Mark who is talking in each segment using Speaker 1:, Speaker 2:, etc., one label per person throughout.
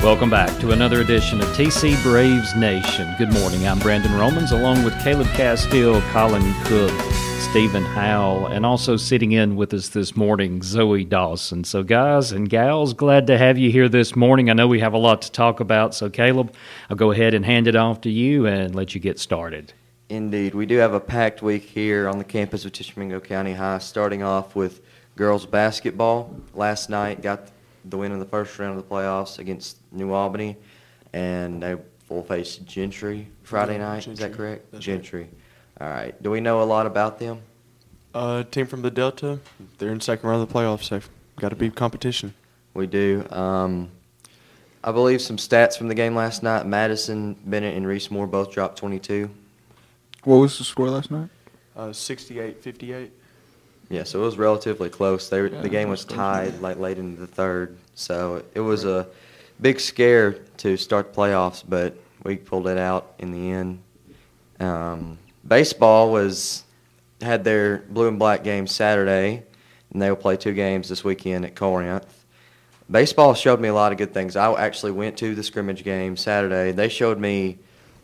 Speaker 1: Welcome back to another edition of TC Braves Nation. Good morning. I'm Brandon Romans, along with Caleb Castile, Colin Cook, Stephen Howell, and also sitting in with us this morning, Zoe Dawson. So, guys and gals, glad to have you here this morning. I know we have a lot to talk about. So, Caleb, I'll go ahead and hand it off to you and let you get started.
Speaker 2: Indeed, we do have a packed week here on the campus of Tishomingo County High, starting off with girls basketball. Last night got the win in the first round of the playoffs against New Albany, and they will face Gentry Friday
Speaker 3: Yeah,
Speaker 2: night. Is that
Speaker 3: Gentry.
Speaker 2: correct?
Speaker 3: That's right.
Speaker 2: Gentry. All right. Do we know a lot about them?
Speaker 3: Uh, team from the Delta, they're in second round of the playoffs, so got to beat competition.
Speaker 2: We do. Um, I believe some stats from the game last night. Madison Bennett and Reese Moore both dropped 22.
Speaker 4: What was the score last night?
Speaker 3: Uh, 68-58.
Speaker 2: Yeah, so it was relatively close. They were,
Speaker 4: Yeah,
Speaker 2: the game was
Speaker 4: that's close.
Speaker 2: tied like late into the third, so it was a big scare to start the playoffs, but we pulled it out in the end. Um, baseball was had their blue and black game Saturday, and they will play two games this weekend at Corinth. Baseball showed me a lot of good things. I actually went to the scrimmage game Saturday. They showed me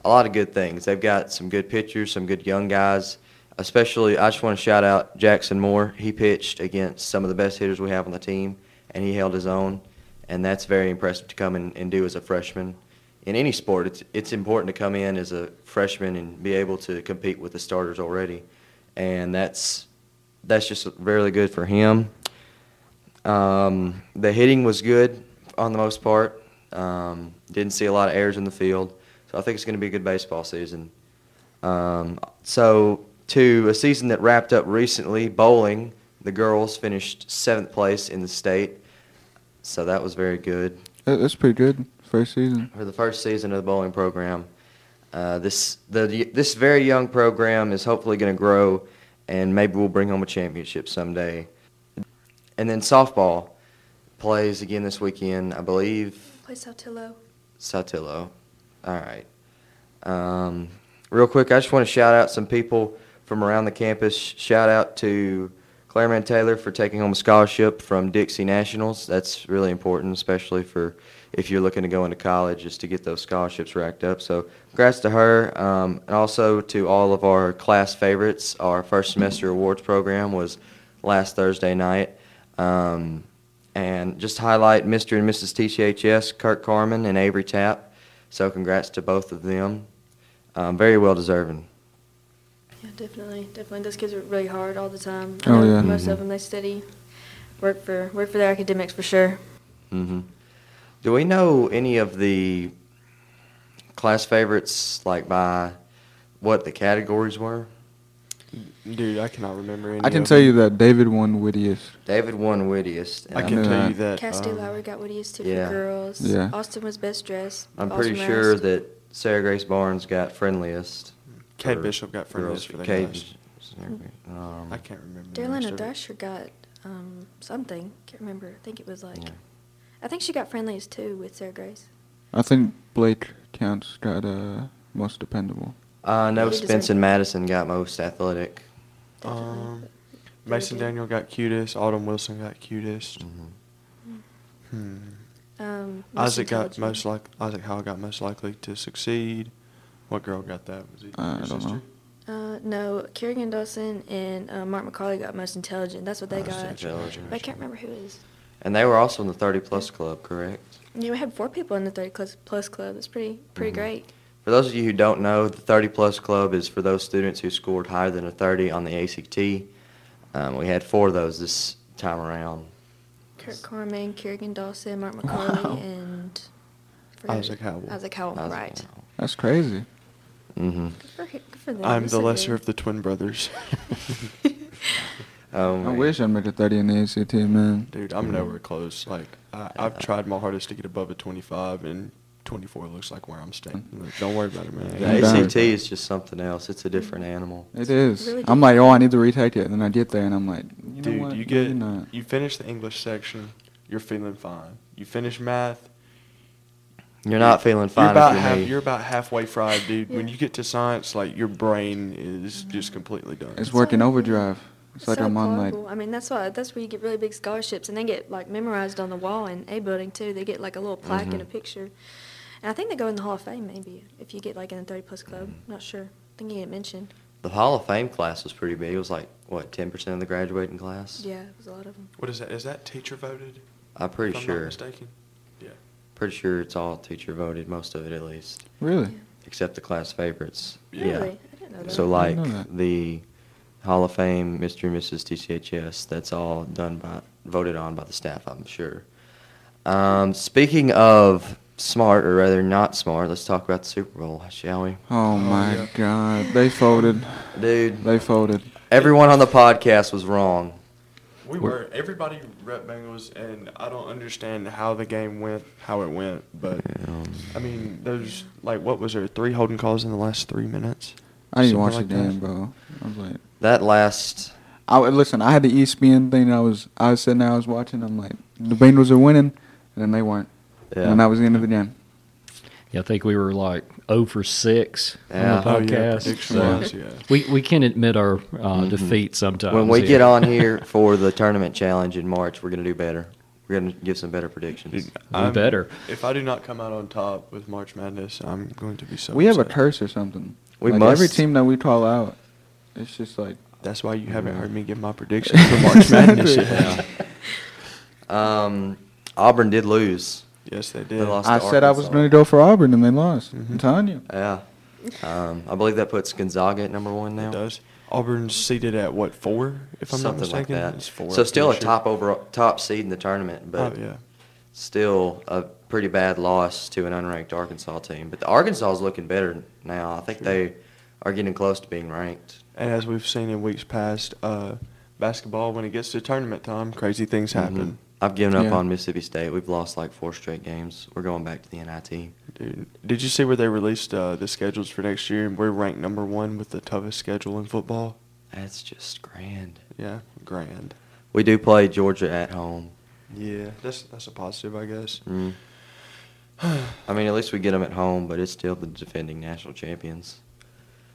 Speaker 2: a lot of good things. They've got some good pitchers, some good young guys. Especially, I just want to shout out Jackson Moore. He pitched against some of the best hitters we have on the team, and he held his own. And that's very impressive to come in and do as a freshman. In any sport, it's it's important to come in as a freshman and be able to compete with the starters already, and that's that's just really good for him. Um, the hitting was good on the most part. Um, didn't see a lot of errors in the field, so I think it's going to be a good baseball season. Um, so, to a season that wrapped up recently, bowling, the girls finished seventh place in the state, so that was very good
Speaker 4: That, that's pretty good first season.
Speaker 2: for the first season of the bowling program. Uh, this the this very young program is hopefully going to grow, and maybe we'll bring home a championship someday. And then softball plays again this weekend, I believe.
Speaker 5: Play Saltillo.
Speaker 2: Sotillo. All right. Um, real quick, I just want to shout out some people from around the campus. Shout out to Claremont Taylor for taking home a scholarship from Dixie Nationals. That's really important, especially for if you're looking to go into college, just to get those scholarships racked up. So, congrats to her, um, and also to all of our class favorites. Our first semester awards program was last Thursday night. Um, and just highlight Mr. and Mrs. TCHS, Kirk Carmen and Avery Tapp. So congrats to both of them. Um, very well deserving.
Speaker 5: Yeah, definitely, definitely. Those kids are really hard all the time.
Speaker 4: Oh, yeah.
Speaker 5: Most of them they study, work for work for their academics for sure.
Speaker 2: hmm Do we know any of the class favorites, like by what the categories were?
Speaker 3: Dude, I cannot remember any
Speaker 4: I can
Speaker 3: of
Speaker 4: tell
Speaker 3: them.
Speaker 4: you that David won wittiest.
Speaker 2: David won wittiest. and
Speaker 3: I
Speaker 2: I'm-
Speaker 3: can
Speaker 4: know
Speaker 3: tell
Speaker 4: that.
Speaker 3: you that.
Speaker 5: Cassidy
Speaker 3: um,
Speaker 5: Lauer got what he used to
Speaker 2: Uh, yeah.
Speaker 5: for girls.
Speaker 4: Yeah.
Speaker 5: Austin was best dressed.
Speaker 2: I'm
Speaker 5: Austin
Speaker 2: pretty sure
Speaker 5: Rouse.
Speaker 2: that Sarah Grace Barnes got friendliest.
Speaker 3: Kate
Speaker 2: for
Speaker 3: Bishop got
Speaker 2: girls.
Speaker 3: friendliest for that
Speaker 2: Kate-
Speaker 3: class.
Speaker 2: um,
Speaker 3: I can't remember. the rest
Speaker 5: Darlena
Speaker 3: of it.
Speaker 5: Dasher got um, something. Can't remember. I think it was like.
Speaker 2: Yeah.
Speaker 5: I think she got friendliest too with Sarah Grace.
Speaker 4: I think Blake counts got uh most dependable.
Speaker 2: Uh, no,
Speaker 5: He deserved
Speaker 2: Spence and
Speaker 5: it.
Speaker 2: Madison got most athletic.
Speaker 5: Definitely.
Speaker 3: Um,
Speaker 5: But very
Speaker 3: Mason
Speaker 5: good.
Speaker 3: Daniel got cutest. Autumn Wilson got cutest.
Speaker 4: Mm-hmm.
Speaker 2: Mhm.
Speaker 3: Hmm.
Speaker 5: Um, most
Speaker 3: Isaac got
Speaker 5: intelligent.
Speaker 3: most like Isaac Howell got most likely to succeed. What girl got that? Was it
Speaker 4: I
Speaker 3: your
Speaker 4: don't know.
Speaker 3: sister?
Speaker 5: Uh, no, Kerrigan Dawson and uh, Mark McCauley got most intelligent. That's what they
Speaker 2: Most
Speaker 5: got.
Speaker 2: intelligent.
Speaker 5: But I can't remember who it is.
Speaker 2: And they were also in the 30 plus club, correct?
Speaker 5: Yeah, we had four people in the 30 plus, plus club. It's pretty pretty
Speaker 2: Mhm.
Speaker 5: great.
Speaker 2: For those of you who don't know, the 30 plus club is for those students who scored higher than a 30 on the ACT. Um, we had four of those this time around.
Speaker 5: Kurt Carmen, Kerrigan Dawson, Mark McCauley, and forgot-
Speaker 3: Isaac Howell.
Speaker 5: Isaac Howell, right?
Speaker 4: That's crazy.
Speaker 2: Mm-hmm.
Speaker 5: Good for, hi- good for them.
Speaker 3: I'm
Speaker 5: That's
Speaker 3: the
Speaker 5: so
Speaker 3: lesser
Speaker 5: good.
Speaker 3: of the twin brothers.
Speaker 2: Um,
Speaker 4: I wish I'd make a thirty in the ACT, man.
Speaker 3: Oh Dude, I'm
Speaker 2: Mhm.
Speaker 3: nowhere close. Like I, I've tried my hardest to get above a 25, and 24 looks like where I'm staying.
Speaker 2: Mm.
Speaker 3: Like, Don't worry about it, man.
Speaker 2: The
Speaker 4: I'm
Speaker 3: Don't worry
Speaker 2: ACT
Speaker 3: about it.
Speaker 2: is just something else. It's a different animal.
Speaker 4: It is.
Speaker 5: really
Speaker 4: I'm like, oh, I need to retake it, and then I get there, and I'm like, you know
Speaker 3: Dude,
Speaker 4: what?
Speaker 3: you
Speaker 4: No,
Speaker 3: get
Speaker 4: you're not.
Speaker 3: you finish the English section, you're feeling fine. You finish math,
Speaker 2: You're not feeling
Speaker 3: you're
Speaker 2: fine
Speaker 3: about
Speaker 2: if you're
Speaker 3: half,
Speaker 2: me.
Speaker 3: you're about halfway fried, dude. When
Speaker 5: Yeah.
Speaker 3: you get to science, like your brain is just completely done.
Speaker 4: It's working
Speaker 5: all-
Speaker 4: overdrive. It's like I'm on like
Speaker 5: horrible. I mean, that's why that's where you get really big scholarships, and they get like memorized on the wall in a building too. They get like a little plaque and a picture, and I think they go in the Hall of Fame maybe if you get like in the thirty plus club. Not sure. I think you get mentioned.
Speaker 2: The Hall of Fame class was pretty big. It was like what ten percent of the graduating class.
Speaker 5: Yeah, it was a lot of them.
Speaker 3: What is that? Is that teacher voted?
Speaker 2: I'm pretty
Speaker 3: if I'm not
Speaker 2: sure.
Speaker 3: mistaken. Yeah.
Speaker 2: Pretty sure it's all teacher voted, most of it at least,
Speaker 4: really.
Speaker 2: except the class favorites.
Speaker 5: Really, I didn't know
Speaker 2: Yeah.
Speaker 5: that.
Speaker 2: So
Speaker 4: I
Speaker 2: like
Speaker 4: didn't know that.
Speaker 2: the Hall of Fame, Mr. and Mrs. TCHS. That's all done by voted on by the staff. I'm sure. Um, speaking of smart, or rather not smart, let's talk about the Super Bowl, shall we?
Speaker 4: Oh my god, they folded.
Speaker 2: Dude,
Speaker 4: They folded.
Speaker 2: everyone on the podcast was wrong.
Speaker 3: We were. Everybody rep Bengals, and I don't understand how the game went, how it went. But I mean, there's like what was there three holding calls in the last three minutes?
Speaker 4: I didn't
Speaker 3: Something
Speaker 4: watch
Speaker 3: like
Speaker 4: the
Speaker 3: that.
Speaker 4: game, bro. I was like,
Speaker 2: That last
Speaker 4: I listen. I had the E ESPN thing. I was, I was sitting there, I was watching. I'm like, the Bengals are winning, and then they weren't.
Speaker 2: Yeah.
Speaker 4: And that was the end of the game.
Speaker 1: Yeah, I think we were like 0 for 6 on
Speaker 2: Yeah.
Speaker 3: Oh,
Speaker 1: the
Speaker 3: yeah,
Speaker 1: podcast.
Speaker 3: prediction
Speaker 1: so
Speaker 3: wise, yeah.
Speaker 1: we, we can admit our uh, defeat sometimes.
Speaker 2: Mm-hmm. When we
Speaker 1: yeah.
Speaker 2: get on here for the tournament challenge in March, we're gonna do better. We're gonna give some better predictions.
Speaker 3: Dude,
Speaker 1: We
Speaker 3: I'm-
Speaker 1: better.
Speaker 3: If I do not come out on top with March Madness, I'm going to be so.
Speaker 4: We have a
Speaker 3: upset.
Speaker 4: curse or something.
Speaker 2: We
Speaker 4: Like, Every
Speaker 2: must.
Speaker 4: team that we call out, it's just like
Speaker 3: That's why you haven't heard me give my prediction for March Madness yet.
Speaker 2: Yeah. Um, Auburn did lose.
Speaker 3: Yes, they did.
Speaker 2: They lost.
Speaker 4: I
Speaker 2: to
Speaker 4: said I
Speaker 2: Arkansas.
Speaker 4: was
Speaker 2: Mm-hmm.
Speaker 4: going to go for Auburn, and they lost.
Speaker 3: Mhm.
Speaker 4: I'm telling you.
Speaker 2: Yeah. Um, I believe that puts Gonzaga at number one now.
Speaker 3: It does. Auburn's seated at what four? If I'm
Speaker 2: Something
Speaker 3: not mistaken,
Speaker 2: like that.
Speaker 3: It's four,
Speaker 2: so
Speaker 3: I'm
Speaker 2: still a
Speaker 3: pretty sure.
Speaker 2: top over top seed in the tournament, but
Speaker 3: oh yeah.
Speaker 2: still a pretty bad loss to an unranked Arkansas team. But the Arkansas is looking better now. I think
Speaker 3: Sure.
Speaker 2: they are getting close to being ranked.
Speaker 3: And as we've seen in weeks past, uh, basketball when it gets to tournament time, crazy things happen.
Speaker 2: I've given up
Speaker 4: Yeah.
Speaker 2: on Mississippi State. We've lost like four straight games. We're going back to the NIT.
Speaker 3: Dude, did you see where they released uh, the schedules for next year? And we're ranked number one with the toughest schedule in football.
Speaker 2: That's just grand.
Speaker 3: Yeah, grand.
Speaker 2: We do play Georgia at home.
Speaker 3: Yeah, that's that's a positive, I guess.
Speaker 2: Mm. I mean, at least we get them at home, but it's still the defending national champions.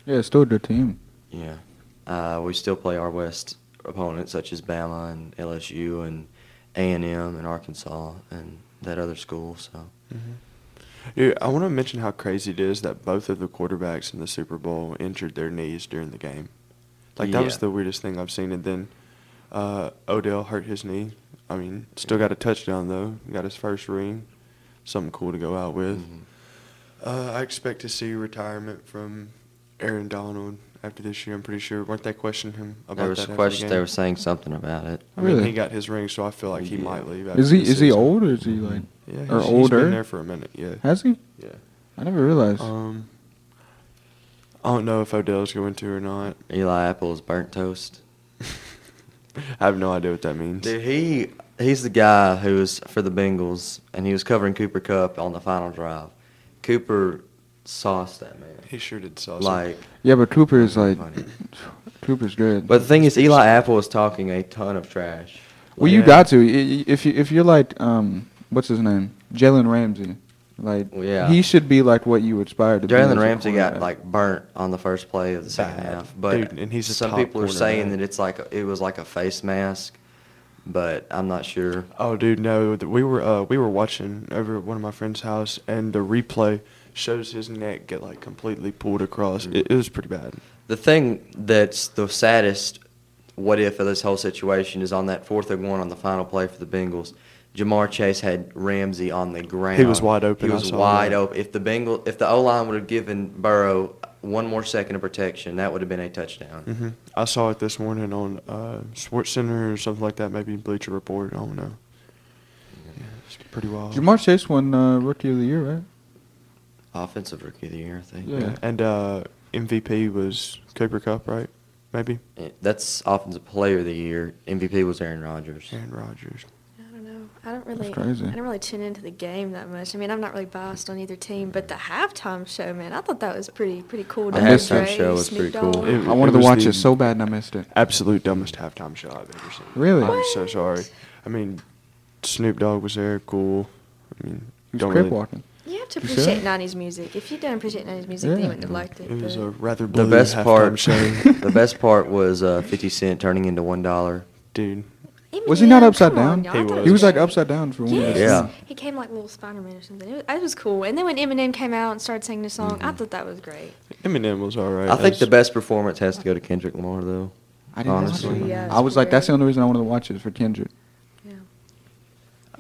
Speaker 4: Yeah, it's still a good team.
Speaker 2: Yeah. Uh, we still play our West opponents, such as Bama and LSU and A&M and Arkansas and that other school. So
Speaker 3: Dude, I want to mention how crazy it is that both of the quarterbacks in the Super Bowl injured their knees during the game. Like that was
Speaker 2: Yeah.
Speaker 3: the weirdest thing I've seen. And then uh, Odell hurt his knee. I mean, still got a touchdown though. Got his first ring. Something cool to go out with.
Speaker 2: Mhm.
Speaker 3: Uh, I expect to see retirement from Aaron Donald after this year. I'm pretty sure. Weren't they questioning him about
Speaker 2: there was
Speaker 3: that? after the
Speaker 2: question. They
Speaker 3: game?
Speaker 2: were saying something about it.
Speaker 3: I mean,
Speaker 4: Really?
Speaker 3: he got his ring, so I feel like he
Speaker 2: Yeah.
Speaker 3: might leave. After
Speaker 4: Is he
Speaker 3: this
Speaker 4: is he
Speaker 3: season.
Speaker 4: old or is he like
Speaker 3: Yeah, he's,
Speaker 4: or
Speaker 3: He's
Speaker 4: older?
Speaker 3: been there for a minute. Yeah.
Speaker 4: has he?
Speaker 3: Yeah.
Speaker 4: I never realized.
Speaker 2: Oh.
Speaker 3: Um, I don't know if Odell's going to or not.
Speaker 2: Eli Apple is burnt toast.
Speaker 3: I have no idea what that means.
Speaker 2: Dude, he he's the guy who was for the Bengals, and he was covering Cooper Cup on the final drive. Cooper sauced that man.
Speaker 3: He sure did sauce. him.
Speaker 2: Like,
Speaker 4: yeah, but Cooper is like
Speaker 2: funny.
Speaker 4: Cooper's good.
Speaker 2: but the thing is, Eli Apple was talking a ton of trash.
Speaker 4: well, you
Speaker 3: Yeah.
Speaker 4: got to I- I- if you if you're like um what's his name Jalen Ramsey, like
Speaker 2: Well, yeah.
Speaker 4: he should be like what you aspire to. be as
Speaker 2: Jalen
Speaker 4: a
Speaker 2: Ramsey got
Speaker 4: quarterback.
Speaker 2: like burnt on the first play of the second
Speaker 3: Bad.
Speaker 2: half, but
Speaker 3: Dude, and he's a
Speaker 2: some
Speaker 3: top
Speaker 2: people are saying
Speaker 3: quarterback.
Speaker 2: that it's like a, it was like a face mask, but I'm not sure.
Speaker 3: Oh, dude, no. th- We were uh, we were watching over at one of my friend's house, and the replay shows his neck get like completely pulled across.
Speaker 2: Mm.
Speaker 3: It, it was pretty bad.
Speaker 2: The thing that's the saddest what if of this whole situation is on that fourth and one on the final play for the Bengals. Jamar Chase had Ramsey on the ground.
Speaker 3: was wide open,
Speaker 2: He
Speaker 3: I
Speaker 2: was
Speaker 3: saw
Speaker 2: wide
Speaker 3: that.
Speaker 2: open. If the Bengal, if the O line would have given Burrow one more second of protection, that would have been a touchdown.
Speaker 3: hmm I saw it this morning on uh, Sports Center or something like that. Maybe Bleacher Report. I don't know. Yeah, it's pretty wild.
Speaker 4: Jamar Chase won uh, Rookie of the Year, right?
Speaker 2: Offensive rookie of the year, I think.
Speaker 4: Yeah.
Speaker 3: And uh, MVP was Cooper Cup, right? Maybe
Speaker 2: Yeah, Eh, That's offensive player of the year. MVP was Aaron Rodgers.
Speaker 3: Aaron Rodgers.
Speaker 5: I don't know. I don't really.
Speaker 4: crazy.
Speaker 5: I don't really tune into the game that much. I mean, I'm not really biased on either team, but the halftime show, man, I thought that was pretty pretty cool.
Speaker 2: The
Speaker 5: Dr.
Speaker 2: halftime
Speaker 5: Dre,
Speaker 2: show was
Speaker 5: Snoop
Speaker 2: pretty cool.
Speaker 5: Dogg.
Speaker 3: It-
Speaker 4: I wanted to
Speaker 3: was
Speaker 4: watch
Speaker 3: the-
Speaker 4: it so bad and I missed it.
Speaker 3: absolute dumbest halftime show I've ever seen.
Speaker 4: Really?
Speaker 3: I'm so sorry. I mean, Snoop Dogg was there, cool. I mean,
Speaker 4: He was
Speaker 3: don't
Speaker 4: crip
Speaker 3: really-
Speaker 4: walking.
Speaker 5: You have to
Speaker 4: You should.
Speaker 5: appreciate 90s music. If you don't appreciate 90s music, then you
Speaker 4: Yeah.
Speaker 5: wouldn't have liked it.
Speaker 3: It was
Speaker 5: but-
Speaker 3: a rather blue
Speaker 2: The best
Speaker 3: halftime
Speaker 2: part,
Speaker 3: show,
Speaker 2: the best part was uh, Fifty Cent turning into one dollar.
Speaker 3: dude.
Speaker 4: Was he not
Speaker 5: Eminem,
Speaker 4: upside
Speaker 5: come on,
Speaker 4: down?
Speaker 5: y'all.
Speaker 3: He
Speaker 5: I thought
Speaker 3: was.
Speaker 4: He was like upside down for one.
Speaker 5: Yes.
Speaker 2: Yeah.
Speaker 5: He came like little Spider Man or something. It was, it was cool. And then when Eminem came out and started singing the song,
Speaker 4: Mm-hmm.
Speaker 5: I thought that was great.
Speaker 3: Eminem was all right.
Speaker 2: I think the
Speaker 3: That's-
Speaker 2: best performance has to go to Kendrick Lamar though.
Speaker 4: I didn't
Speaker 2: Honestly.
Speaker 4: watch it.
Speaker 5: Yeah,
Speaker 4: I was like,
Speaker 5: great.
Speaker 4: that's the only reason I wanted to watch it for Kendrick.
Speaker 5: Yeah.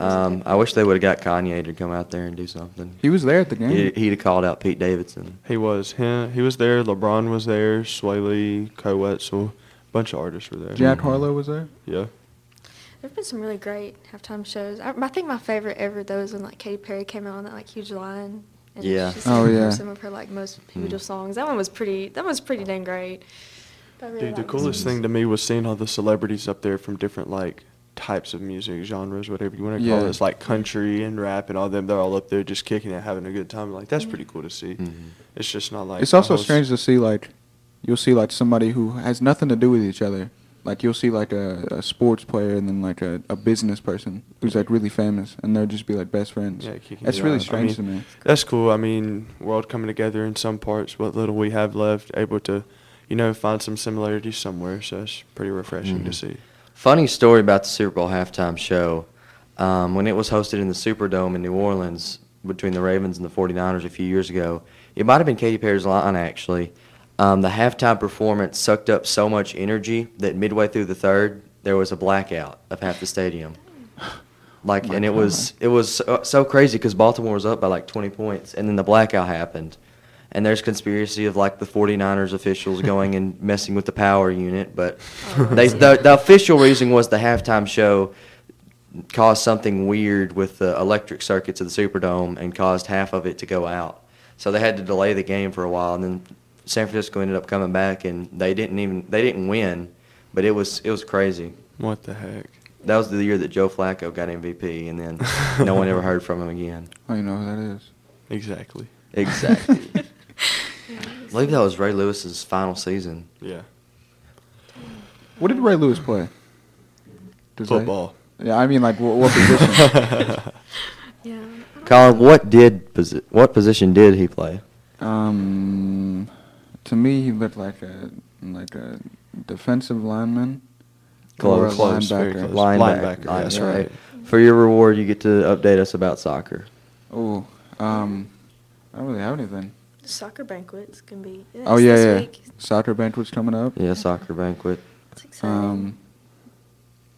Speaker 2: Um, I wish they would have got Kanye to come out there and do something.
Speaker 4: He was there at the game.
Speaker 2: He, he'd have called out Pete Davidson.
Speaker 3: He was. He, he was there. LeBron was there. Sway Lee, Co Wetzel, bunch of artists were there.
Speaker 4: Jack Harlow was there.
Speaker 3: Yeah.
Speaker 5: There've been some really great halftime shows. I, I think my favorite ever though is when like Katy Perry came out on that like huge line. And
Speaker 2: Yeah. Hmm.
Speaker 5: She sang
Speaker 4: Oh, yeah.
Speaker 5: Some of her like most pivotal songs. That one was pretty. That was pretty dang great. I really
Speaker 3: Dude, the
Speaker 5: liked it.
Speaker 3: coolest thing to me was seeing all the celebrities up there from different like types of music genres, whatever you want to call
Speaker 4: Yeah.
Speaker 3: it. It's like country and rap and all them. They're all up there just kicking it, having a good time. Like that's pretty cool to see. It's just not like
Speaker 4: Mm-hmm. It's also
Speaker 3: a whole s-
Speaker 4: strange to see like you'll see like somebody who has nothing to do with each other. Like you'll see like a, a sports player and then like a, a business person who's like really famous and they'll just be like best friends.
Speaker 3: Yeah, kicking
Speaker 4: That's
Speaker 3: it
Speaker 4: really
Speaker 3: out. I
Speaker 4: strange
Speaker 3: mean,
Speaker 4: to me.
Speaker 3: That's cool. I mean, world coming together in some parts. What little we have left, able to, you know, find some similarities somewhere. So that's pretty refreshing to
Speaker 4: Mm-hmm.
Speaker 3: see.
Speaker 2: Funny story about the Super Bowl halftime show. Um, when it was hosted in the Superdome in New Orleans between the Ravens and the 49ers a few years ago, it might have been Katy Perry's line, actually. Um, the halftime performance sucked up so much energy that midway through the third, there was a blackout of half the stadium. Like, and it was it was so, so crazy because Baltimore was up by like 20 points, and then the blackout happened. And there's conspiracy of like the 49ers officials going and messing with the power unit, but they, the, the official reason was the halftime show caused something weird with the electric circuits of the Superdome and caused half of it to go out. So they had to delay the game for a while, and then San Francisco ended up coming back, and they didn't even they didn't win, but it was it was crazy.
Speaker 3: What the heck?
Speaker 2: That was the year that Joe Flacco got MVP, and then no one ever heard from him again.
Speaker 4: Oh, you know who that is.
Speaker 3: Exactly.
Speaker 2: Exactly. I believe that was Ray Lewis's final season.
Speaker 3: Yeah.
Speaker 4: What did Ray Lewis play? Does that-
Speaker 3: Football.
Speaker 4: yeah, I mean like what, what position?
Speaker 5: Yeah.
Speaker 2: Colin, what did posi- what position did he play?
Speaker 4: um, to me, he looked like a like a defensive lineman. or a
Speaker 2: Close.
Speaker 3: Close, very
Speaker 4: linebacker.
Speaker 3: close.
Speaker 2: Linebacker.
Speaker 3: Linebacker, that's
Speaker 2: linebacker.
Speaker 3: right.
Speaker 2: For your reward, you get to update us about soccer.
Speaker 4: Oh, um, I don't really have anything.
Speaker 5: The soccer banquets can be.
Speaker 4: Oh
Speaker 5: it's
Speaker 4: yeah,
Speaker 5: this
Speaker 4: yeah.
Speaker 5: Week.
Speaker 4: Soccer banquet's coming up.
Speaker 2: Yeah, soccer banquet.
Speaker 5: It's exciting.
Speaker 4: Um,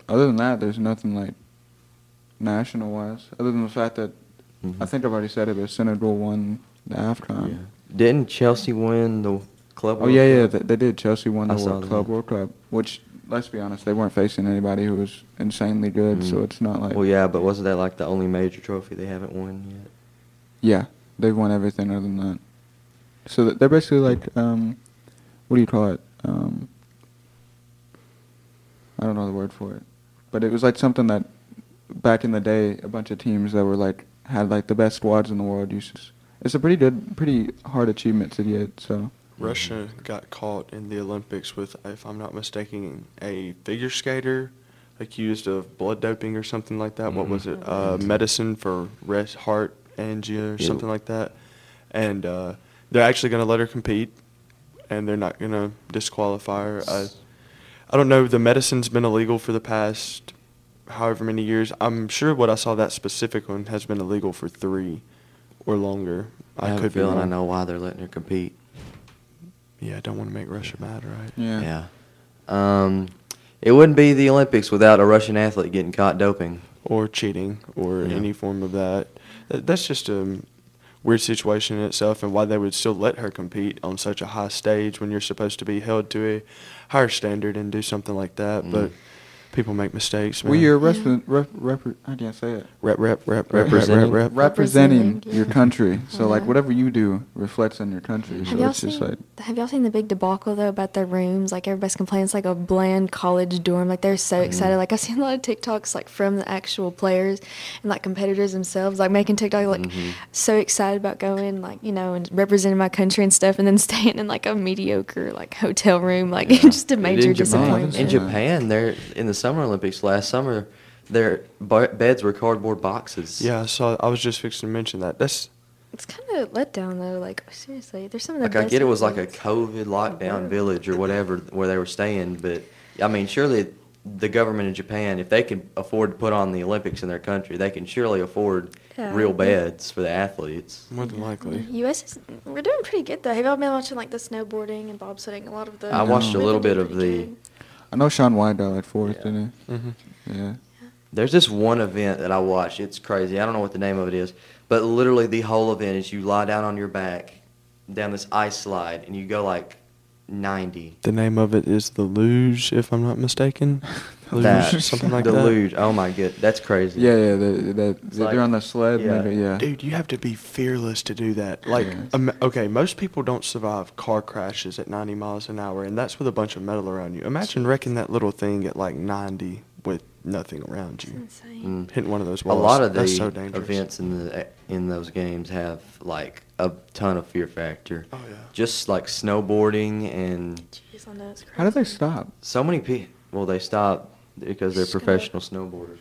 Speaker 4: other than that, there's nothing like national wise. Other than the fact that
Speaker 3: Mm-hmm.
Speaker 4: I think I've already said it, but Senegal won the AFCON.
Speaker 2: Didn't Chelsea win the club?
Speaker 4: Oh
Speaker 2: World
Speaker 4: yeah, yeah,
Speaker 2: Cup?
Speaker 4: they, they did. Chelsea won the
Speaker 2: I saw
Speaker 4: World
Speaker 2: that.
Speaker 4: Club World Cup, which let's be honest, they weren't facing anybody who was insanely good. So it's not like
Speaker 2: Hmm. Mm. Well, yeah, but wasn't that like the only major trophy they haven't won yet?
Speaker 4: yeah, they've won everything other than that. So th- they're basically like um, what do you call it? Um, I don't know the word for it, but it was like something that back in the day, a bunch of teams that were like had like the best squads in the world. Used to, it's a pretty good, pretty hard achievement to get. So
Speaker 3: Russia got caught in the Olympics with, if I'm not mistaken, a figure skater accused of blood doping or something like that. What was it? Uh, medicine for rest, heart, angina, or
Speaker 2: Mm-hmm. Yeah.
Speaker 3: something like that. And uh, they're actually going to let her compete, and they're not going to disqualify her. I, I don't know. The medicine's been illegal for the past however many years. I'm sure what I saw that specific one has been illegal for three or longer.
Speaker 2: I, have a
Speaker 3: could be
Speaker 2: feeling I
Speaker 3: wrong.
Speaker 2: know why they're letting her compete.
Speaker 3: Yeah, I don't want to make Russia mad, right?
Speaker 4: yeah,
Speaker 2: Yeah. Um, it wouldn't be the Olympics without a Russian athlete getting caught doping.
Speaker 3: or cheating or
Speaker 2: Yeah.
Speaker 3: any form of that. That- That's just a weird situation in itself, and why they would still let her compete on such a high stage when you're supposed to be held to a higher standard and do something like that. But people make mistakes. Man.
Speaker 4: well, you're rep- rep- rep- I can't say it.
Speaker 3: rep, rep, rep, rep, rep,
Speaker 2: Representing.
Speaker 3: rep, rep.
Speaker 4: Representing
Speaker 5: Representing,
Speaker 4: your
Speaker 5: yeah.
Speaker 4: country, so like
Speaker 5: Uh-huh.
Speaker 4: whatever you do reflects on your country. So
Speaker 5: Have y'all,
Speaker 4: it's just
Speaker 5: seen,
Speaker 4: like
Speaker 5: have y'all seen the big debacle though about their rooms? Like everybody's complaining it's like a bland college dorm. Like they're
Speaker 2: Mm-hmm.
Speaker 5: so excited. Like I've seen a lot of TikToks like from the actual players and like competitors themselves, like making TikTok like
Speaker 2: Mm-hmm.
Speaker 5: so excited about going, like, you know, and representing my country and stuff and then staying in like a mediocre like hotel room, like just a major
Speaker 2: in Japan,
Speaker 5: disappointment.
Speaker 2: in Japan, they're in the Summer Olympics last summer. Their bar- beds were cardboard boxes.
Speaker 3: Yeah, I saw. I was just fixing to mention that. That's
Speaker 5: It's kind of let down though. Like seriously, there's some of the
Speaker 2: Like I
Speaker 5: best
Speaker 2: get it was like a
Speaker 5: athletes.
Speaker 2: COVID lockdown
Speaker 5: yeah.
Speaker 2: village or whatever where they were staying, but I mean surely the government in Japan, if they can afford to put on the Olympics in their country, they can surely afford
Speaker 5: Yeah.
Speaker 2: real beds for the athletes.
Speaker 3: More than likely.
Speaker 5: U.S. is we're doing pretty good though. Have y'all been watching like the snowboarding and bobsledding? A lot of the
Speaker 2: I watched
Speaker 4: a
Speaker 5: We've
Speaker 2: little
Speaker 5: been
Speaker 2: bit
Speaker 5: doing
Speaker 2: of
Speaker 5: pretty
Speaker 2: the-
Speaker 5: good.
Speaker 4: I know Sean Wydell at fourth,
Speaker 2: Yeah.
Speaker 4: didn't
Speaker 3: hmm
Speaker 4: he? Yeah.
Speaker 2: There's this one event that I watched. It's crazy. I don't know what the name of it is, but literally the whole event is you lie down on your back down this ice slide and you go like 90.
Speaker 3: The name of it is the luge, if I'm not mistaken. Luge,
Speaker 2: That
Speaker 3: something like that.
Speaker 2: deluge. Oh my god, that's crazy.
Speaker 4: Yeah, yeah, the, the, they're
Speaker 2: like-
Speaker 4: on the sled.
Speaker 2: yeah.
Speaker 4: Maybe, yeah.
Speaker 3: Dude, you have to be fearless to do that. Like,
Speaker 4: Yeah.
Speaker 3: um, okay, most people don't survive car crashes at 90 miles an hour, and that's with a bunch of metal around you. Imagine wrecking that little thing at like 90 with nothing around
Speaker 5: It's
Speaker 3: you,
Speaker 5: insane.
Speaker 2: Mm.
Speaker 3: hitting one of those
Speaker 2: A
Speaker 3: walls.
Speaker 2: lot of the
Speaker 3: that's so dangerous.
Speaker 2: events in the in those games have like a ton of fear factor.
Speaker 3: Oh yeah.
Speaker 2: Just like snowboarding and
Speaker 5: Jeez, I know it's crazy.
Speaker 4: How do they stop?
Speaker 2: so many people. Well, they stop because they're
Speaker 5: Just gonna-
Speaker 2: professional snowboarders.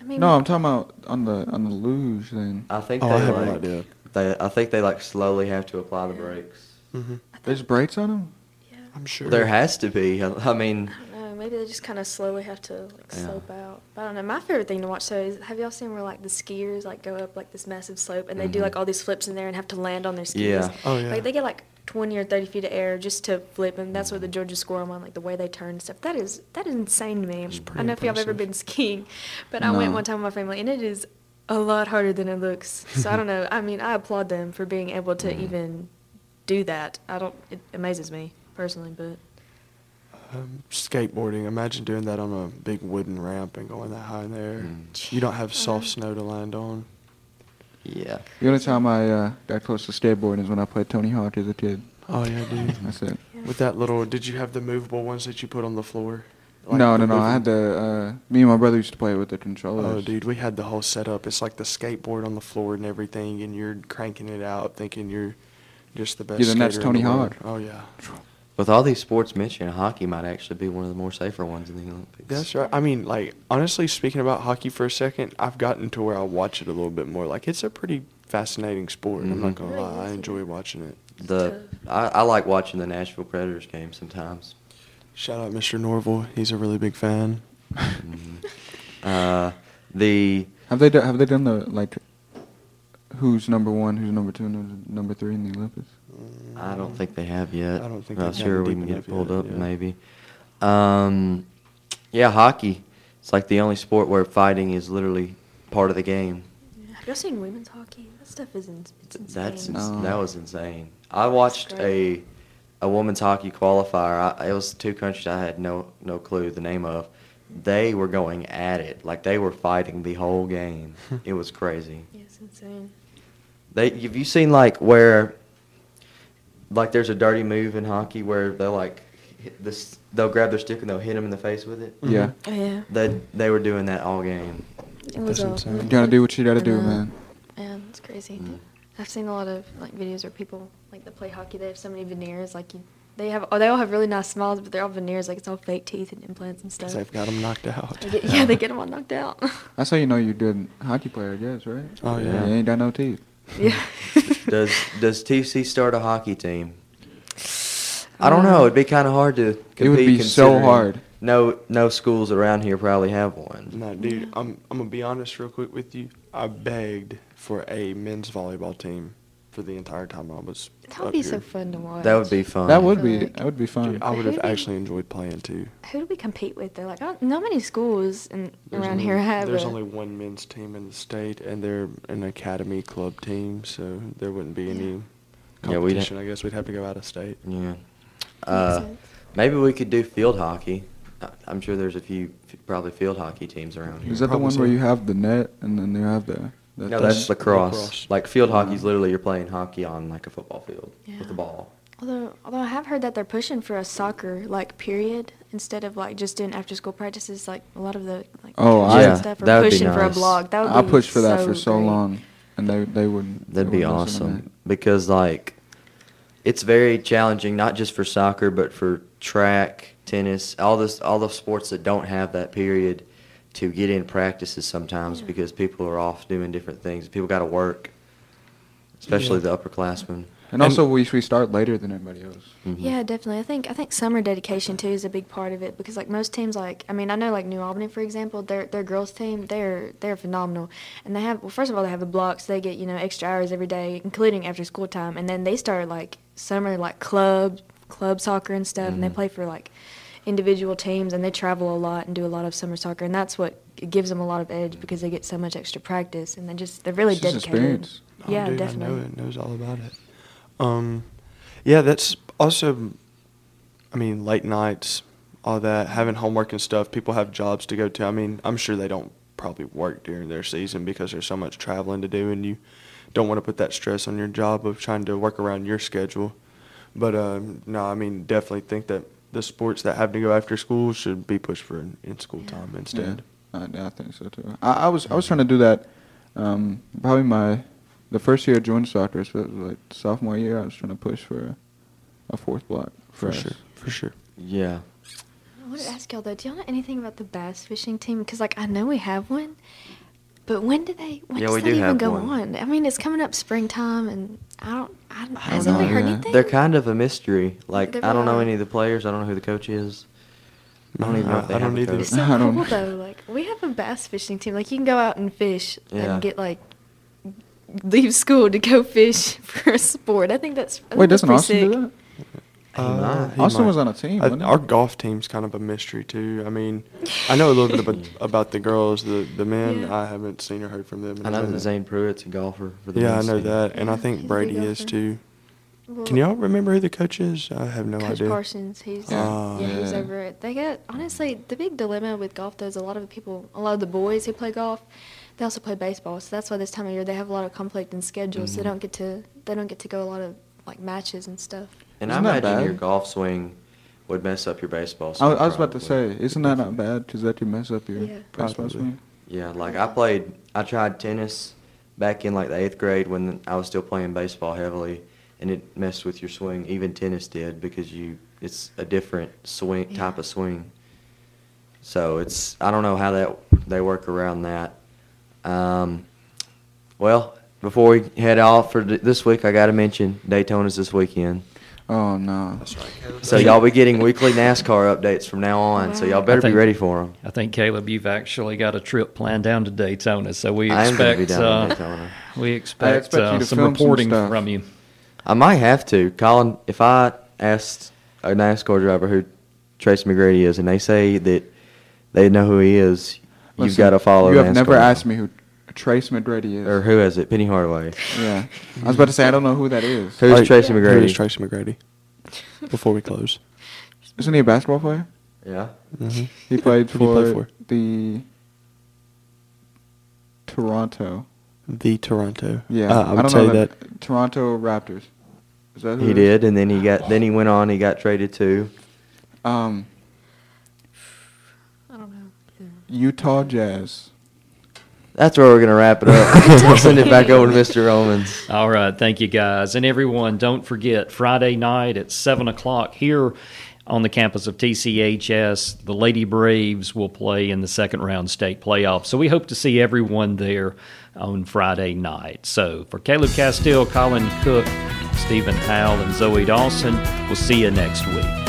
Speaker 5: I mean,
Speaker 4: No, um, I'm talking about on the on the luge thing.
Speaker 2: I think
Speaker 3: Oh,
Speaker 2: they
Speaker 3: I have
Speaker 2: like
Speaker 3: no idea.
Speaker 2: they. I think they like slowly have to apply the brakes.
Speaker 3: hmm
Speaker 4: There's brakes on them.
Speaker 5: yeah,
Speaker 3: I'm sure.
Speaker 2: Mm-hmm. There has to be. I I mean,
Speaker 5: I don't know. Maybe they just kind of slowly have to like
Speaker 2: Yeah.
Speaker 5: slope out. But I don't know. My favorite thing to watch though is have y'all seen where like the skiers like go up like this massive slope and they do
Speaker 2: Mhm.
Speaker 5: like all these flips in there and have to land on their skis.
Speaker 2: Yeah.
Speaker 3: Oh, yeah.
Speaker 5: Like they get like 20 or 30 feet of air just to flip and that's what the Georgia score 'em on like the way they turn and stuff. That is that is insane to me. I
Speaker 3: It's
Speaker 5: don't know
Speaker 3: pretty
Speaker 5: if y'all have ever
Speaker 3: impressive.
Speaker 5: been skiing, but I went
Speaker 4: No.
Speaker 5: one time with my family and it is a lot harder than it looks. So I don't know. I mean, I applaud them for being able to even do that. I don't it amazes me personally, but
Speaker 3: Um, skateboarding. Imagine doing that on a big wooden ramp and going that high in the air.
Speaker 2: Mm.
Speaker 3: You don't have soft snow to land on.
Speaker 2: yeah.
Speaker 4: The only time I uh, got close to skateboarding is when I played Tony Hawk as a kid.
Speaker 3: Oh yeah, dude.
Speaker 4: That's it.
Speaker 3: With that little, did you have the movable ones that you put on the floor? Like
Speaker 4: no,
Speaker 3: the
Speaker 4: no, no.
Speaker 3: moving-
Speaker 4: I had the uh, me and my brother used to play with the controllers.
Speaker 3: Oh, dude, we had the whole setup. It's like the skateboard on the floor and everything, and you're cranking it out, thinking you're just the best.
Speaker 4: then that's
Speaker 3: skater in the
Speaker 4: Tony
Speaker 3: world.
Speaker 4: Hawk.
Speaker 3: Oh yeah,
Speaker 2: With all these sports mentioned, hockey might actually be one of the more safer ones in the Olympics.
Speaker 3: that's right. I mean, like honestly, speaking about hockey for a second, I've gotten to where I watch it a little bit more. Like it's a pretty fascinating sport. I'm not
Speaker 2: Mhm.
Speaker 4: Mm-hmm.
Speaker 3: gonna
Speaker 5: Really
Speaker 3: lie, I
Speaker 5: is,
Speaker 3: enjoy
Speaker 5: isn't it?
Speaker 3: watching it.
Speaker 2: The I, I like watching the Nashville Predators game sometimes.
Speaker 3: Shout out Mr. Norville. He's a really big fan.
Speaker 2: Mm-hmm. Uh, the
Speaker 4: Have they do, have they done the like? Who's number one? Who's number two? and Who's number three in the Olympics?
Speaker 2: I don't think they have yet.
Speaker 3: I don't think
Speaker 2: Not
Speaker 3: they've
Speaker 2: sure
Speaker 3: gotten
Speaker 2: we can
Speaker 3: deep
Speaker 2: get
Speaker 3: enough
Speaker 2: it pulled
Speaker 3: yet,
Speaker 2: up
Speaker 3: yeah.
Speaker 2: maybe. Um, yeah, hockey. It's like the only sport where fighting is literally part of the game.
Speaker 5: Have y'all seen women's hockey? That stuff is ins- it's insane.
Speaker 2: That's
Speaker 4: No.
Speaker 2: ins- that was insane. I watched a
Speaker 5: great.
Speaker 2: a women's hockey qualifier. I, it was two countries I had no no clue the name of. They were going at it like they were fighting the whole game. it was crazy.
Speaker 5: Yeah, it's insane.
Speaker 2: They have you seen like where like there's a dirty move in hockey where they like hit this they'll grab their stick and they'll hit them in the face with it.
Speaker 4: Yeah,
Speaker 5: Oh, yeah.
Speaker 2: They they were doing that all game.
Speaker 5: It was
Speaker 3: That's
Speaker 5: all-
Speaker 3: insane.
Speaker 4: you gotta do what you gotta do,
Speaker 5: I know.
Speaker 4: man.
Speaker 5: Yeah, it's crazy.
Speaker 2: Mm.
Speaker 5: I've seen a lot of like videos where people like that play hockey. They have so many veneers. Like you, they have. Oh, they all have really nice smiles, but they're all veneers. Like it's all fake teeth and implants and stuff.
Speaker 3: Because they've
Speaker 2: uh,
Speaker 3: got him knocked out.
Speaker 5: They get- yeah, they get them all knocked out.
Speaker 4: That's how you know you're a good hockey player, I guess, right?
Speaker 3: Oh, yeah.
Speaker 4: You ain't got no teeth.
Speaker 5: yeah.
Speaker 2: Does does TC start a hockey team? I don't know. It'd be kind of hard to compete.
Speaker 4: Um, It would be so
Speaker 2: considering
Speaker 4: hard.
Speaker 2: No, no schools around here probably have one.
Speaker 3: No, dude, I'm I'm gonna be honest real quick with you. I begged for a men's volleyball team for the entire time I was.
Speaker 5: That would
Speaker 3: up
Speaker 5: be
Speaker 3: here.
Speaker 5: so fun to watch.
Speaker 2: That would be fun.
Speaker 4: That would be
Speaker 5: Like-
Speaker 4: that would be fun.
Speaker 3: Dude, I would have
Speaker 5: Who do you-
Speaker 3: actually enjoyed playing too.
Speaker 5: Who do we compete with? Though, like, I don't, not many schools in,
Speaker 3: There's
Speaker 5: around
Speaker 3: only-
Speaker 5: here have.
Speaker 3: There's
Speaker 5: a-
Speaker 3: only one men's team in the state, and they're an academy club team, so there wouldn't be any
Speaker 2: Yeah, we'd ha-
Speaker 3: competition. I guess we'd have to go out of state.
Speaker 2: Yeah.
Speaker 5: That makes
Speaker 2: Uh,
Speaker 5: sense.
Speaker 2: maybe we could do field hockey. I- I'm sure there's a few f- probably field hockey teams around here.
Speaker 4: Is that the
Speaker 3: Probably
Speaker 4: one where
Speaker 3: so.
Speaker 4: you have the net and then you have the? the
Speaker 2: no, that's
Speaker 4: thing?
Speaker 2: lacrosse.
Speaker 3: lacrosse.
Speaker 2: Like field hockey's literally you're playing hockey on like a football field
Speaker 5: Yeah.
Speaker 2: with the ball.
Speaker 5: Although, although I have heard that they're pushing for a soccer like period instead of like just doing after school practices, like a lot of the like
Speaker 4: Oh,
Speaker 5: coaches and
Speaker 4: I-
Speaker 5: stuff are
Speaker 2: that would be
Speaker 5: pushing for a
Speaker 2: nice.
Speaker 5: blog. That would
Speaker 4: I
Speaker 5: be
Speaker 4: pushed for that for
Speaker 5: so
Speaker 4: so
Speaker 5: great.
Speaker 4: long, and they they wouldn't.
Speaker 2: That'd
Speaker 4: they
Speaker 2: be
Speaker 4: wouldn't listen to
Speaker 2: awesome because like it's very challenging not just for soccer but for track, tennis, all this all the sports that don't have that period to get in practices sometimes because people are off doing different things. People got to work. especially the upperclassmen.
Speaker 4: And, also, we we start later than everybody else.
Speaker 2: Mhm.
Speaker 5: Yeah, definitely. I think I think summer dedication too is a big part of it because like most teams, like I mean, I know like New Albany for example, their their girls team, they're they're phenomenal, and they have well, first of all, they have a block, so they get you know extra hours every day, including after school time, and then they start like summer like club club soccer and stuff,
Speaker 4: Mm-hmm.
Speaker 5: and they
Speaker 2: Mhm.
Speaker 5: play for like individual teams, and they travel a lot and do a lot of summer soccer, and that's what gives them a lot of edge because they get so much extra practice, and they just they're really
Speaker 4: It's just
Speaker 5: dedicated.
Speaker 4: experience.
Speaker 3: Oh,
Speaker 5: Yeah,
Speaker 3: dude,
Speaker 5: definitely.
Speaker 3: I know it knows all about it. Um, yeah, that's also, I mean, late nights, all that, having homework and stuff. People have jobs to go to. I mean, I'm sure they don't probably work during their season because there's so much traveling to do, and you don't want to put that stress on your job of trying to work around your schedule. But um, no, I mean, definitely think that the sports that have to go after school should be pushed for in, in school
Speaker 5: Yeah.
Speaker 3: time instead.
Speaker 4: Yeah, I, I think so too. I, I was I was trying to do that. Um, probably my the first year I joined soccer, so it was like sophomore year. I was trying to push for a fourth block
Speaker 3: For
Speaker 4: us.
Speaker 3: sure, for sure.
Speaker 2: Yeah.
Speaker 5: I wanted to ask y'all though, do y'all know anything about the bass fishing team? Because like I know we have one, but when do they? When
Speaker 2: Yeah,
Speaker 5: does
Speaker 2: we
Speaker 5: that
Speaker 2: do
Speaker 5: even
Speaker 2: have
Speaker 5: go
Speaker 2: one.
Speaker 5: on? I mean, it's coming up springtime, and I don't. I don't.
Speaker 2: I
Speaker 5: Has
Speaker 2: don't know.
Speaker 5: anybody heard
Speaker 4: Yeah.
Speaker 5: anything?
Speaker 2: They're kind of a mystery. Like
Speaker 5: They
Speaker 2: I don't know
Speaker 5: really are.
Speaker 2: any of the players. I don't know who the coach is. Mm, I don't even know if they
Speaker 3: I
Speaker 2: have
Speaker 3: don't
Speaker 2: a
Speaker 3: either.
Speaker 2: coach.
Speaker 5: It's so
Speaker 4: I don't-
Speaker 5: cool though. Like we have a bass fishing team. Like you can go out and fish
Speaker 2: Yeah.
Speaker 5: and get like leave school to go fish for a sport. I think that's. I think
Speaker 4: Wait,
Speaker 5: that's
Speaker 4: doesn't
Speaker 5: pretty
Speaker 4: Austin
Speaker 5: sick.
Speaker 4: do
Speaker 2: Uh,
Speaker 4: that?
Speaker 2: He
Speaker 4: Austin
Speaker 3: might.
Speaker 4: was on a team.
Speaker 3: I-
Speaker 4: wasn't he?
Speaker 3: our golf team's kind of a mystery too. I mean, I know a little bit about, about the girls. The the men,
Speaker 5: Yeah.
Speaker 3: I haven't seen or heard from them. in
Speaker 2: I
Speaker 3: a
Speaker 2: know that
Speaker 3: minute.
Speaker 2: Zane Pruitt's a golfer for the
Speaker 3: Yeah, I
Speaker 2: men's
Speaker 3: know
Speaker 2: team.
Speaker 3: that, and I
Speaker 5: Yeah,
Speaker 3: think
Speaker 5: he's a
Speaker 3: Brady
Speaker 5: big
Speaker 3: is
Speaker 5: golfer.
Speaker 3: too.
Speaker 5: Well,
Speaker 3: Can y'all remember who the coach is? I have no
Speaker 5: Coach
Speaker 3: idea.
Speaker 5: Parsons, he's
Speaker 3: Oh,
Speaker 5: yeah, he's
Speaker 4: yeah.
Speaker 5: over it. They got honestly the big dilemma with golf though is a lot of the people, a lot of the boys who play golf, they also play baseball. So that's why this time of year they have a lot of conflict in schedules.
Speaker 2: Mhm.
Speaker 5: So they don't get to they don't get to go a lot of like matches and stuff.
Speaker 2: And
Speaker 4: Isn't
Speaker 2: I
Speaker 4: that
Speaker 2: imagine
Speaker 4: bad?
Speaker 2: your golf swing would mess up your baseball
Speaker 4: I,
Speaker 2: swing.
Speaker 4: I was about to say,
Speaker 2: probably.
Speaker 4: isn't that not bad? Because that could mess up your
Speaker 5: Yeah.
Speaker 4: baseball
Speaker 3: Probably.
Speaker 4: swing.
Speaker 2: Yeah, like I played, I tried tennis back in like the eighth grade when I was still playing baseball heavily, and it messed with your swing. Even tennis did because you, it's a different swing
Speaker 5: Yeah.
Speaker 2: type of swing. So it's I don't know how that they work around that. Um, well, before we head off for th- this week, I got to mention Daytona's this weekend.
Speaker 4: Oh no!
Speaker 2: So y'all be getting weekly NASCAR updates from now on. So y'all
Speaker 5: Wow.
Speaker 2: better be
Speaker 1: Thank-
Speaker 2: ready for them.
Speaker 1: I think Caleb, you've actually got a trip planned down to Daytona, so we
Speaker 2: I am going to be
Speaker 1: expect
Speaker 2: down in
Speaker 1: uh,
Speaker 2: Daytona.
Speaker 1: we expect,
Speaker 4: expect
Speaker 1: uh,
Speaker 4: you to
Speaker 1: some
Speaker 4: film some
Speaker 1: reporting
Speaker 4: stuff.
Speaker 1: from you.
Speaker 2: I might have to. Colin, if I asked a NASCAR driver who Tracy McGrady is and they say that they know who he is, you've
Speaker 4: Listen,
Speaker 2: got to follow
Speaker 4: You have
Speaker 2: NASCAR.
Speaker 4: never asked me who Trace McGrady is.
Speaker 2: Or
Speaker 3: Er.
Speaker 2: who is it? Penny Hardaway.
Speaker 4: yeah, I was about to say I don't know who that is.
Speaker 2: Who's
Speaker 3: Like,
Speaker 2: Tracy
Speaker 5: Yeah.
Speaker 2: McGrady?
Speaker 3: Who is Tracy McGrady? Before we close,
Speaker 4: Isn't he a basketball player?
Speaker 2: yeah.
Speaker 3: Mhm.
Speaker 4: He played
Speaker 3: Who do you
Speaker 4: for,
Speaker 3: play for?
Speaker 4: the Toronto.
Speaker 3: the Toronto.
Speaker 4: Yeah,
Speaker 3: Uh, I would say that.
Speaker 4: Toronto Raptors. Is that who
Speaker 2: He
Speaker 4: it is?
Speaker 2: did, and then he got. Then he went on. He got traded to.
Speaker 4: Um,
Speaker 5: I don't know.
Speaker 4: Utah Jazz.
Speaker 2: That's where we're gonna wrap it up. Send it back over to Mr. Romans.
Speaker 1: All right. Thank you, guys. And everyone, don't forget Friday night at 7 o'clock here on the campus of TCHS. The Lady Braves will play in the second round state playoffs. So we hope to see everyone there on Friday night. So for Caleb Castile, Colin Cook, Stephen Howell, and Zoe Dawson, we'll see you next week.